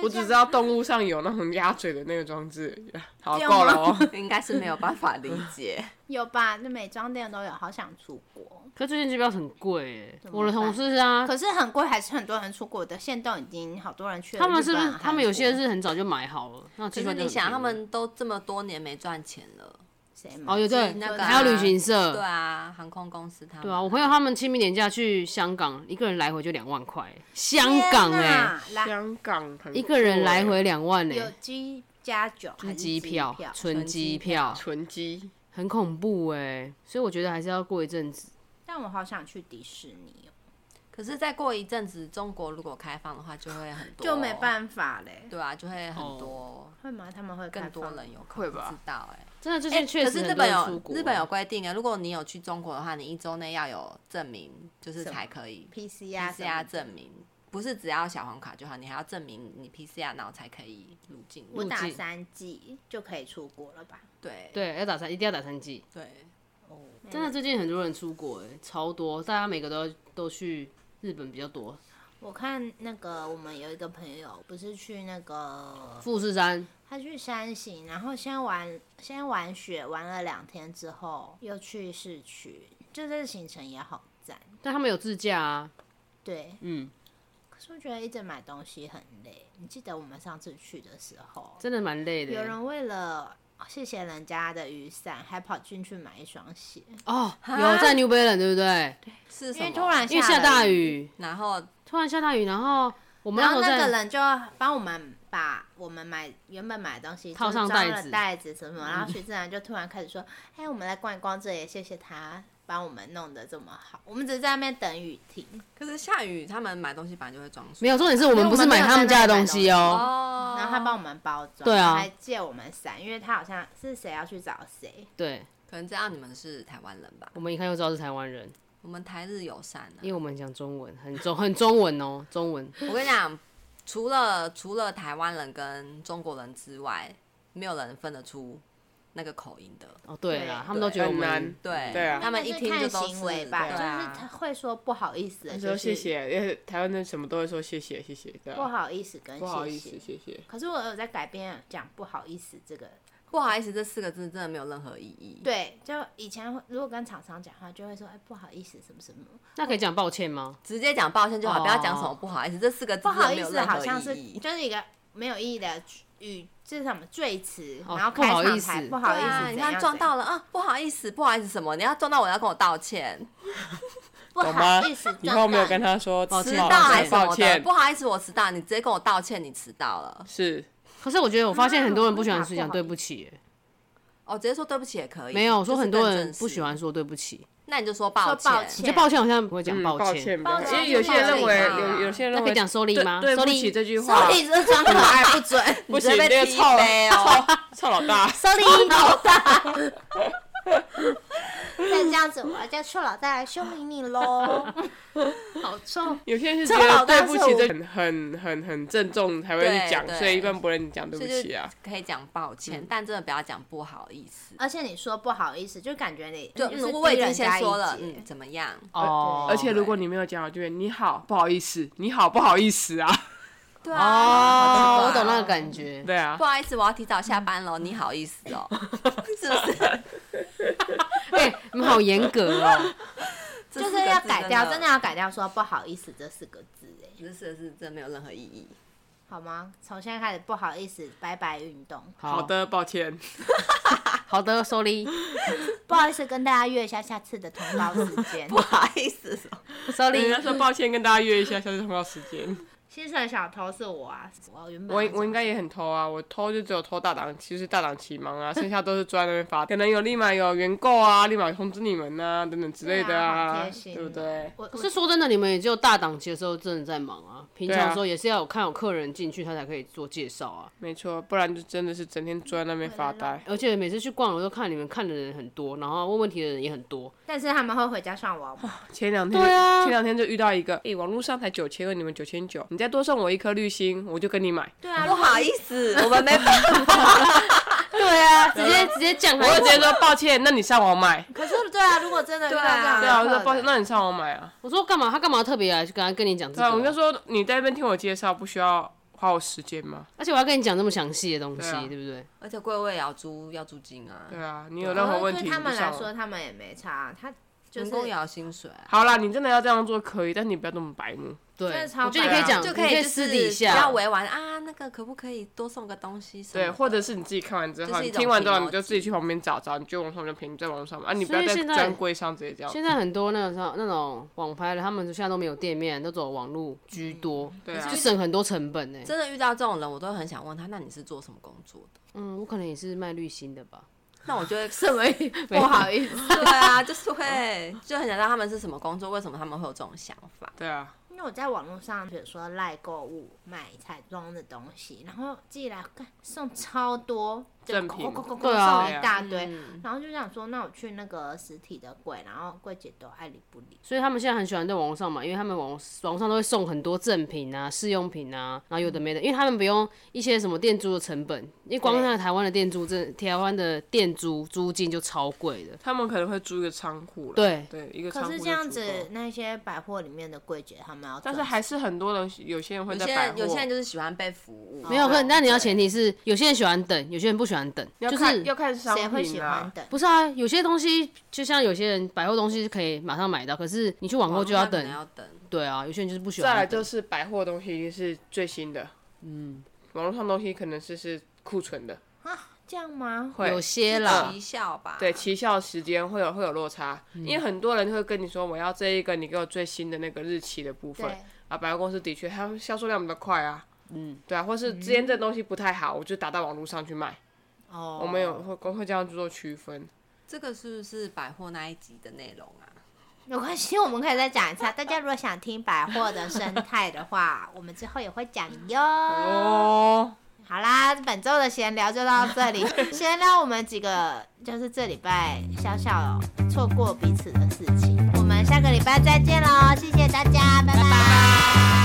[SPEAKER 2] <laughs> 我
[SPEAKER 4] 这
[SPEAKER 2] 只
[SPEAKER 4] 样
[SPEAKER 2] 知道动物上有那种鸭嘴的那个装置，好
[SPEAKER 4] 这样吗
[SPEAKER 2] 够了哦。
[SPEAKER 1] <laughs>
[SPEAKER 2] <laughs>
[SPEAKER 1] 应该是没有办法理 <laughs> 解。
[SPEAKER 4] 有吧？那美妆店都有，好想出国，
[SPEAKER 3] 可最近机票很贵耶。
[SPEAKER 4] 怎么
[SPEAKER 3] 我的同事啊，
[SPEAKER 4] 可是很贵，还是很多人出国的。现在都已经好多人去了。
[SPEAKER 3] 他们是不
[SPEAKER 4] 日
[SPEAKER 3] 是
[SPEAKER 4] 本
[SPEAKER 3] 他们有些
[SPEAKER 4] 韩
[SPEAKER 3] 是很早就买好了？那
[SPEAKER 1] 可
[SPEAKER 3] 机票
[SPEAKER 1] 是
[SPEAKER 3] 就
[SPEAKER 1] 你
[SPEAKER 3] 很
[SPEAKER 1] 想，
[SPEAKER 3] 便宜
[SPEAKER 1] 他们都这么多年没赚钱了，
[SPEAKER 4] 国谁买？
[SPEAKER 3] 哦，有对，
[SPEAKER 1] 那个啊
[SPEAKER 3] 还有旅行社，
[SPEAKER 1] 对啊，航空公司他们
[SPEAKER 3] 对啊，我朋友他们清明年假去香港，一个人来回就两万块，香港
[SPEAKER 4] 天
[SPEAKER 3] 哎、
[SPEAKER 4] 哪来
[SPEAKER 2] 香港很欸
[SPEAKER 3] 一个人来
[SPEAKER 2] 贵
[SPEAKER 3] 回两万呢、
[SPEAKER 4] 有机加酒
[SPEAKER 3] 就是
[SPEAKER 4] 还
[SPEAKER 3] 是机票
[SPEAKER 4] 票，，
[SPEAKER 3] 纯机票，
[SPEAKER 2] 纯机，
[SPEAKER 3] 很恐怖哎、所以我觉得还是要过一阵子。
[SPEAKER 4] 但我好想去迪士尼哦，
[SPEAKER 1] 可是再过一阵子，中国如果开放的话，就会很多，
[SPEAKER 4] 就没办法嘞。
[SPEAKER 1] 对啊，就会
[SPEAKER 3] 哦
[SPEAKER 1] 很多
[SPEAKER 4] 会吗？他们会
[SPEAKER 1] 更
[SPEAKER 4] 开放
[SPEAKER 1] 多人有可
[SPEAKER 2] 会
[SPEAKER 1] 能
[SPEAKER 2] 吧
[SPEAKER 1] 知道哎。
[SPEAKER 3] 真的就
[SPEAKER 1] 欸
[SPEAKER 3] 是确
[SPEAKER 1] 可
[SPEAKER 3] 实
[SPEAKER 1] 是
[SPEAKER 3] 很
[SPEAKER 1] 日
[SPEAKER 3] 多
[SPEAKER 1] 本
[SPEAKER 3] 人
[SPEAKER 1] 有
[SPEAKER 3] 出国
[SPEAKER 1] 日本有规定啊，如果你有去中国的话，你一周内要有证明，就是才可以
[SPEAKER 4] PCR 什么
[SPEAKER 1] PCR
[SPEAKER 4] 的
[SPEAKER 1] 证明，不是只要小黄卡就好，你还要证明你 PCR 然后才可以入境。
[SPEAKER 4] 我
[SPEAKER 3] 入
[SPEAKER 4] 打
[SPEAKER 3] 境
[SPEAKER 4] 三剂就可以出国了吧？
[SPEAKER 1] 对
[SPEAKER 3] 对要打三，一定要打三剂。
[SPEAKER 1] 对，
[SPEAKER 3] 真的最近很多人出国哎、超多，大家每个都要都去日本比较多。
[SPEAKER 4] 我看那个我们有一个朋友不是去那个，
[SPEAKER 3] 富士山
[SPEAKER 4] 他去山行，然后先玩先玩雪，玩了两天之后又去市区，就这个行程也好赞。
[SPEAKER 3] 但他们有自驾啊，
[SPEAKER 4] 对，
[SPEAKER 3] 嗯，
[SPEAKER 4] 可是我觉得一直买东西很累。你记得我们上次去的时候，
[SPEAKER 3] 真的蛮累的
[SPEAKER 4] 有
[SPEAKER 3] 欸、
[SPEAKER 4] 人为了哦谢谢人家的雨伞，还跑进去买一双鞋，
[SPEAKER 3] 哦，有在 New Balance 对不对？
[SPEAKER 1] 是什
[SPEAKER 4] 因
[SPEAKER 1] 么？
[SPEAKER 4] 为突然
[SPEAKER 3] 因为下大
[SPEAKER 4] 了雨，
[SPEAKER 3] 雨，
[SPEAKER 1] 然后
[SPEAKER 3] 突然下大雨，然后我们
[SPEAKER 4] 然
[SPEAKER 3] 那时
[SPEAKER 4] 后
[SPEAKER 3] 候
[SPEAKER 4] 那个
[SPEAKER 3] 在
[SPEAKER 4] 人就帮我们把我们买原本买的东西
[SPEAKER 3] 套上
[SPEAKER 4] 就是装
[SPEAKER 3] 袋
[SPEAKER 4] 了
[SPEAKER 3] 子
[SPEAKER 4] 袋子什么，然后徐自然就突然开始说：“哎，我们来逛一逛这里，谢谢他帮我们弄得这么好，我们只是在那边等雨停。
[SPEAKER 1] 可是下雨，他们买东西本来就会装水。
[SPEAKER 3] 没有重点是我们不是买他们家的东西哦、
[SPEAKER 1] 哦，
[SPEAKER 4] 然后他帮我们包装，
[SPEAKER 3] 对啊
[SPEAKER 4] 然后还借我们伞，因为他好像是谁要去找谁，
[SPEAKER 3] 对，
[SPEAKER 1] 可能知道你们是台湾人吧？
[SPEAKER 3] 我们一看就知道是台湾人，
[SPEAKER 1] 我们台日友善啊。
[SPEAKER 3] 因为我们讲中文，很中很中文哦、中文。
[SPEAKER 1] 我跟你讲，除了除了台湾人跟中国人之外，没有人分得出那个口音的。
[SPEAKER 3] 哦，对
[SPEAKER 4] 对
[SPEAKER 3] 啦，他们都觉得我
[SPEAKER 2] 很难
[SPEAKER 3] 们，
[SPEAKER 1] 对
[SPEAKER 2] 对啊
[SPEAKER 1] 他们一
[SPEAKER 4] 但是
[SPEAKER 1] 听就
[SPEAKER 4] 看
[SPEAKER 1] 都
[SPEAKER 4] 行为吧，
[SPEAKER 1] 对啊
[SPEAKER 4] 就是他会说不好意思，
[SPEAKER 2] 他
[SPEAKER 4] 就
[SPEAKER 2] 说谢
[SPEAKER 4] 是
[SPEAKER 2] 谢，因为台湾人什么都会说谢谢谢谢，对
[SPEAKER 4] 不
[SPEAKER 2] 吧？
[SPEAKER 4] 好意思跟
[SPEAKER 2] 不好意
[SPEAKER 4] 谢
[SPEAKER 2] 思，
[SPEAKER 4] 谢。
[SPEAKER 2] 谢谢。
[SPEAKER 4] 可是我有在改编讲不好意思这个，
[SPEAKER 1] 不好意思，这四个字真的没有任何意义。
[SPEAKER 4] 对，啊就以前会如果跟厂商讲话，就会说哎、不好意思什么什么，
[SPEAKER 3] 那可以讲抱歉吗？
[SPEAKER 1] 直接讲抱歉就好，
[SPEAKER 3] 哦
[SPEAKER 1] 不要讲什么不好意思，这四个字
[SPEAKER 4] 不
[SPEAKER 1] 真的
[SPEAKER 4] 好
[SPEAKER 1] 没
[SPEAKER 4] 意
[SPEAKER 1] 有
[SPEAKER 4] 思
[SPEAKER 1] 任
[SPEAKER 4] 好
[SPEAKER 1] 何
[SPEAKER 4] 像是
[SPEAKER 1] 意义。
[SPEAKER 4] 就是一个没有意义的语，这是什么赘词，
[SPEAKER 3] 哦
[SPEAKER 4] 然后
[SPEAKER 3] 不
[SPEAKER 4] 开
[SPEAKER 3] 好
[SPEAKER 4] 场
[SPEAKER 3] 意思
[SPEAKER 4] 才不
[SPEAKER 1] 对
[SPEAKER 4] 好意思
[SPEAKER 1] 啊，
[SPEAKER 4] 怎样，
[SPEAKER 1] 你看撞到了啊，不好意思，不好意思什么？你要撞到我要跟我道歉，
[SPEAKER 2] 懂
[SPEAKER 4] 怎样不好
[SPEAKER 2] 吗
[SPEAKER 4] 意思，？
[SPEAKER 2] 以后没有
[SPEAKER 4] 撞
[SPEAKER 2] 跟他说
[SPEAKER 3] 抱
[SPEAKER 1] 迟
[SPEAKER 3] 歉
[SPEAKER 2] 知
[SPEAKER 1] 到
[SPEAKER 4] 嗯
[SPEAKER 2] 道
[SPEAKER 1] 还是什
[SPEAKER 2] 抱
[SPEAKER 1] 么的，
[SPEAKER 2] 歉
[SPEAKER 1] 不，好意思，我迟到，你直接跟我道歉，你迟到了。
[SPEAKER 2] 是
[SPEAKER 3] 可是我觉得我发现很多人不喜欢
[SPEAKER 4] 啊
[SPEAKER 3] 是讲
[SPEAKER 4] 不好
[SPEAKER 3] 对
[SPEAKER 4] 意思
[SPEAKER 3] 不起欸、
[SPEAKER 1] 哦，直接说对不起也可以。
[SPEAKER 3] 没有我说
[SPEAKER 1] 就是
[SPEAKER 3] 很多
[SPEAKER 1] 更
[SPEAKER 3] 人
[SPEAKER 1] 正式
[SPEAKER 3] 不喜欢，说对不起，
[SPEAKER 1] 那你就说抱
[SPEAKER 4] 说抱
[SPEAKER 3] 你
[SPEAKER 4] 歉
[SPEAKER 1] <laughs>
[SPEAKER 3] 就抱歉好像不会讲
[SPEAKER 2] 嗯
[SPEAKER 3] 抱
[SPEAKER 2] 抱
[SPEAKER 3] 歉，
[SPEAKER 2] 歉，
[SPEAKER 4] 抱
[SPEAKER 2] 因
[SPEAKER 4] 歉
[SPEAKER 2] 为有些人认为
[SPEAKER 1] 抱歉
[SPEAKER 2] 有有些人
[SPEAKER 3] 那
[SPEAKER 2] 认
[SPEAKER 3] 可以
[SPEAKER 2] 为
[SPEAKER 3] 讲 sorry 吗？
[SPEAKER 2] 对对不
[SPEAKER 3] sorry
[SPEAKER 2] 起这句话
[SPEAKER 4] sorry 是
[SPEAKER 1] <laughs>
[SPEAKER 4] 装可爱不准，
[SPEAKER 2] 不
[SPEAKER 1] 你直
[SPEAKER 2] 行，
[SPEAKER 1] 接
[SPEAKER 2] 这
[SPEAKER 1] 被
[SPEAKER 2] 个
[SPEAKER 1] 踢
[SPEAKER 2] 臭老
[SPEAKER 1] 飞哦 <laughs>
[SPEAKER 2] 臭老大， <laughs>
[SPEAKER 4] sorry 老大。再这样子，我要叫臭老大来修理你喽！好臭，
[SPEAKER 2] 有些人是
[SPEAKER 4] 臭
[SPEAKER 2] 觉得
[SPEAKER 4] 老大
[SPEAKER 2] 对
[SPEAKER 4] 是
[SPEAKER 2] 不起，
[SPEAKER 4] 我
[SPEAKER 2] 这很很很很郑重才会
[SPEAKER 1] 对
[SPEAKER 2] 去讲，
[SPEAKER 1] 对
[SPEAKER 2] 所以一般不能讲对
[SPEAKER 1] 所
[SPEAKER 2] 不
[SPEAKER 1] 以
[SPEAKER 2] 起
[SPEAKER 1] 就
[SPEAKER 2] 啊。
[SPEAKER 1] 可以讲抱歉，但真的不要讲不好意思。
[SPEAKER 4] 而且你说不好意思，就感觉你
[SPEAKER 1] 就
[SPEAKER 4] 啊就
[SPEAKER 1] 嗯，
[SPEAKER 4] 是
[SPEAKER 1] 我已
[SPEAKER 4] 低
[SPEAKER 1] 经
[SPEAKER 4] 人
[SPEAKER 1] 先
[SPEAKER 4] 家一
[SPEAKER 1] 说了，
[SPEAKER 4] 截
[SPEAKER 1] 嗯，怎么样？
[SPEAKER 3] 哦，
[SPEAKER 2] 而且如果你没有讲好，就会你好，不好意思，你好，不好意思啊，
[SPEAKER 1] 对
[SPEAKER 3] 哦，我懂那
[SPEAKER 1] 了。
[SPEAKER 3] 个感
[SPEAKER 2] <laughs>
[SPEAKER 3] 觉，
[SPEAKER 2] 对啊
[SPEAKER 1] 不，好意思，我要提早下班喽，你好意思哦，是不是？
[SPEAKER 3] 哎、你们好严格哦、
[SPEAKER 1] 这
[SPEAKER 4] 就
[SPEAKER 1] 嗯四
[SPEAKER 4] 是
[SPEAKER 1] 个
[SPEAKER 4] 要
[SPEAKER 1] 字
[SPEAKER 4] 改掉，真的，要改掉，说不好意思这四个字，哎，
[SPEAKER 1] 这四个字真的没有任何意义。
[SPEAKER 4] 好吗？从现在开始，不好意思，拜拜运动，
[SPEAKER 2] <laughs> 好的，抱歉，
[SPEAKER 3] 好的，sorry
[SPEAKER 4] 不好意思跟大家约一下下次的通告时
[SPEAKER 1] <laughs>
[SPEAKER 4] 间
[SPEAKER 1] 不。好意思哦，
[SPEAKER 2] 人
[SPEAKER 3] sorry，
[SPEAKER 2] 家说抱歉，跟大家约一下，下次通告时间。
[SPEAKER 4] 薪水小偷是我啊，我原本
[SPEAKER 2] 我
[SPEAKER 4] 要
[SPEAKER 2] 我应该也很偷啊，我偷就只有偷大档，其实大档期忙 <laughs> 啊，剩下都是坐在那边发，可能有立马有原购啊，立马通知你们啊，等等之类的
[SPEAKER 4] 对啊好
[SPEAKER 2] 啊，
[SPEAKER 4] 贴心哦
[SPEAKER 2] 对不对？
[SPEAKER 4] 我
[SPEAKER 3] 可是说真的，你们也只有大档期的时候真的在忙啊，平常的时候也是要有看有客人进去，他才可以做介绍啊。
[SPEAKER 2] 没错，不然就真的是整天坐在那边发呆。
[SPEAKER 3] 而且每次去逛，我都看你们看的人很多，然后问问题的人也很多。
[SPEAKER 4] 但是他们会回家上网 <laughs> 吗，
[SPEAKER 2] 前两天，
[SPEAKER 3] 对啊
[SPEAKER 2] 前两天就遇到一个，诶、网络上才九千二，你们九千九，你再多送我一颗绿心，我就跟你买。
[SPEAKER 4] 对啊，
[SPEAKER 1] 不好意思，我们没办法。
[SPEAKER 3] 对啊，直接直接降
[SPEAKER 2] 我就直接说抱歉，那你上网买。
[SPEAKER 4] 可是 <laughs> 对啊，如果真的遇到这样的客人，
[SPEAKER 2] 对啊，我就说抱歉，那你上网买啊。
[SPEAKER 3] 我说干嘛？他干嘛特别来跟他跟你讲这
[SPEAKER 2] 对啊，我就
[SPEAKER 3] 个？
[SPEAKER 2] 说你在那边听我介绍，不需要花我时间吗？
[SPEAKER 3] 而且我要跟你讲这么详细的东西
[SPEAKER 2] 对，啊
[SPEAKER 3] 对不对？
[SPEAKER 1] 而且贵位也要租要租金啊，
[SPEAKER 2] 对啊，你有任何问题
[SPEAKER 4] 对他们
[SPEAKER 2] 你就上
[SPEAKER 4] 来
[SPEAKER 2] 网
[SPEAKER 4] 说，他们也没差，他就
[SPEAKER 1] 员
[SPEAKER 4] 是
[SPEAKER 1] 工也要薪水啊。
[SPEAKER 2] 好啦，你真的要这样做可以，但你不要那么白目。
[SPEAKER 3] 对，
[SPEAKER 4] 真的超
[SPEAKER 3] 我觉得你可以
[SPEAKER 2] 白
[SPEAKER 3] 讲，
[SPEAKER 2] 啊
[SPEAKER 1] 就
[SPEAKER 3] 可
[SPEAKER 1] 以就是
[SPEAKER 3] 私底
[SPEAKER 1] 比较
[SPEAKER 3] 下，
[SPEAKER 1] 委婉啊，那个可不可以多送个东西什么的？
[SPEAKER 2] 对，或者是你自己看完之
[SPEAKER 1] 就嗯
[SPEAKER 2] 后，
[SPEAKER 1] 是一
[SPEAKER 2] 你
[SPEAKER 1] 种
[SPEAKER 2] 听完之后
[SPEAKER 1] 评
[SPEAKER 2] 你就自己去旁边找找，你就网上就评，在网上啊，你不要
[SPEAKER 3] 所以
[SPEAKER 2] 在
[SPEAKER 3] 现在
[SPEAKER 2] 专柜上直接这样。
[SPEAKER 3] 现在很多那种那种网拍的，他们现在都没有店面，都走网络居多，
[SPEAKER 2] 对啊
[SPEAKER 3] 就，省很多成本欸呢。
[SPEAKER 1] 真的遇到这种人，我都很想问他，那你是做什么工作的？
[SPEAKER 3] 嗯，我可能也是卖滤芯的吧。
[SPEAKER 1] 那我就
[SPEAKER 3] <laughs>
[SPEAKER 1] 会
[SPEAKER 4] 什么意思不好意思，
[SPEAKER 1] 对啊，就是会就很想知道他们是什么工作，为什么他们会有这种想法？
[SPEAKER 2] 对啊，
[SPEAKER 4] 因为我在网络上，比如说赖购物买彩妆的东西，然后寄来干送超多就
[SPEAKER 2] 赠品
[SPEAKER 4] 咕咕咕咕咕
[SPEAKER 3] 对啊
[SPEAKER 4] 送一大堆，
[SPEAKER 1] 嗯
[SPEAKER 4] 然后就想说，那我去那个实体的柜，然后柜姐都爱理不理。
[SPEAKER 3] 所以他们现在很喜欢在网络上买，因为他们网网上都会送很多赠品啊、试用品啊，然后有的没的，因为他们不用一些什么店租的成本，因为光
[SPEAKER 4] 对
[SPEAKER 3] 那个台湾的店租，这台湾的店租租金就超贵的。
[SPEAKER 2] 他们可能会租一个仓库了。
[SPEAKER 3] 对
[SPEAKER 2] 对，一个仓
[SPEAKER 4] 可
[SPEAKER 2] 库。
[SPEAKER 4] 是这样子，，那些百货里面的柜姐他们要赚
[SPEAKER 2] 但
[SPEAKER 4] 钱，
[SPEAKER 2] 是还是很多人，有些人会
[SPEAKER 1] 有
[SPEAKER 2] 在
[SPEAKER 1] 些
[SPEAKER 2] 百
[SPEAKER 1] 人
[SPEAKER 2] 货，
[SPEAKER 1] 有些人就是喜欢被服务，
[SPEAKER 3] 没有，可那你要
[SPEAKER 4] 对
[SPEAKER 3] 前提是有些人喜欢等，有些人不喜欢等，
[SPEAKER 2] 要
[SPEAKER 3] 就
[SPEAKER 2] 看、
[SPEAKER 3] 是
[SPEAKER 2] 要看商品
[SPEAKER 4] 谁
[SPEAKER 2] 啊。
[SPEAKER 4] 会喜欢等？
[SPEAKER 3] 不是啊？有些东西就像有些人百货东西是可以马上买到，可是你去网购就要
[SPEAKER 1] 网络上可能
[SPEAKER 3] 等。
[SPEAKER 1] 要等。
[SPEAKER 3] 对啊，有些人就是不喜欢
[SPEAKER 2] 再
[SPEAKER 3] 等。
[SPEAKER 2] 来就是百货东西是最新的，嗯，网络上东西可能是是库存的，
[SPEAKER 4] 啊，这样吗？
[SPEAKER 2] 会
[SPEAKER 3] 有些啦，
[SPEAKER 1] 绩效吧，
[SPEAKER 2] 对，期效时间会有会有落差，因为很多人会跟你说我要这一个，你给我最新的那个日期的部分
[SPEAKER 4] 对
[SPEAKER 2] 啊，百货公司的确他们销售量比较快啊，嗯，对啊，或是之前这东西不太好，我就打到网络上去卖，
[SPEAKER 4] 哦，
[SPEAKER 2] 我们有会会这样做区分，
[SPEAKER 1] 这个是不是百货那一集的内容啊？
[SPEAKER 4] 没关系，我们可以再讲一下。大家如果想听百货的生态的
[SPEAKER 2] <laughs>
[SPEAKER 4] 话，我们之后也会讲哟。
[SPEAKER 2] 哦，
[SPEAKER 4] 好啦，本周的闲聊就到这
[SPEAKER 2] <laughs>
[SPEAKER 4] 里。闲聊我们几个就是这礼拜小小错过彼此的事情，我们下个礼拜再见喽，谢谢大家，拜拜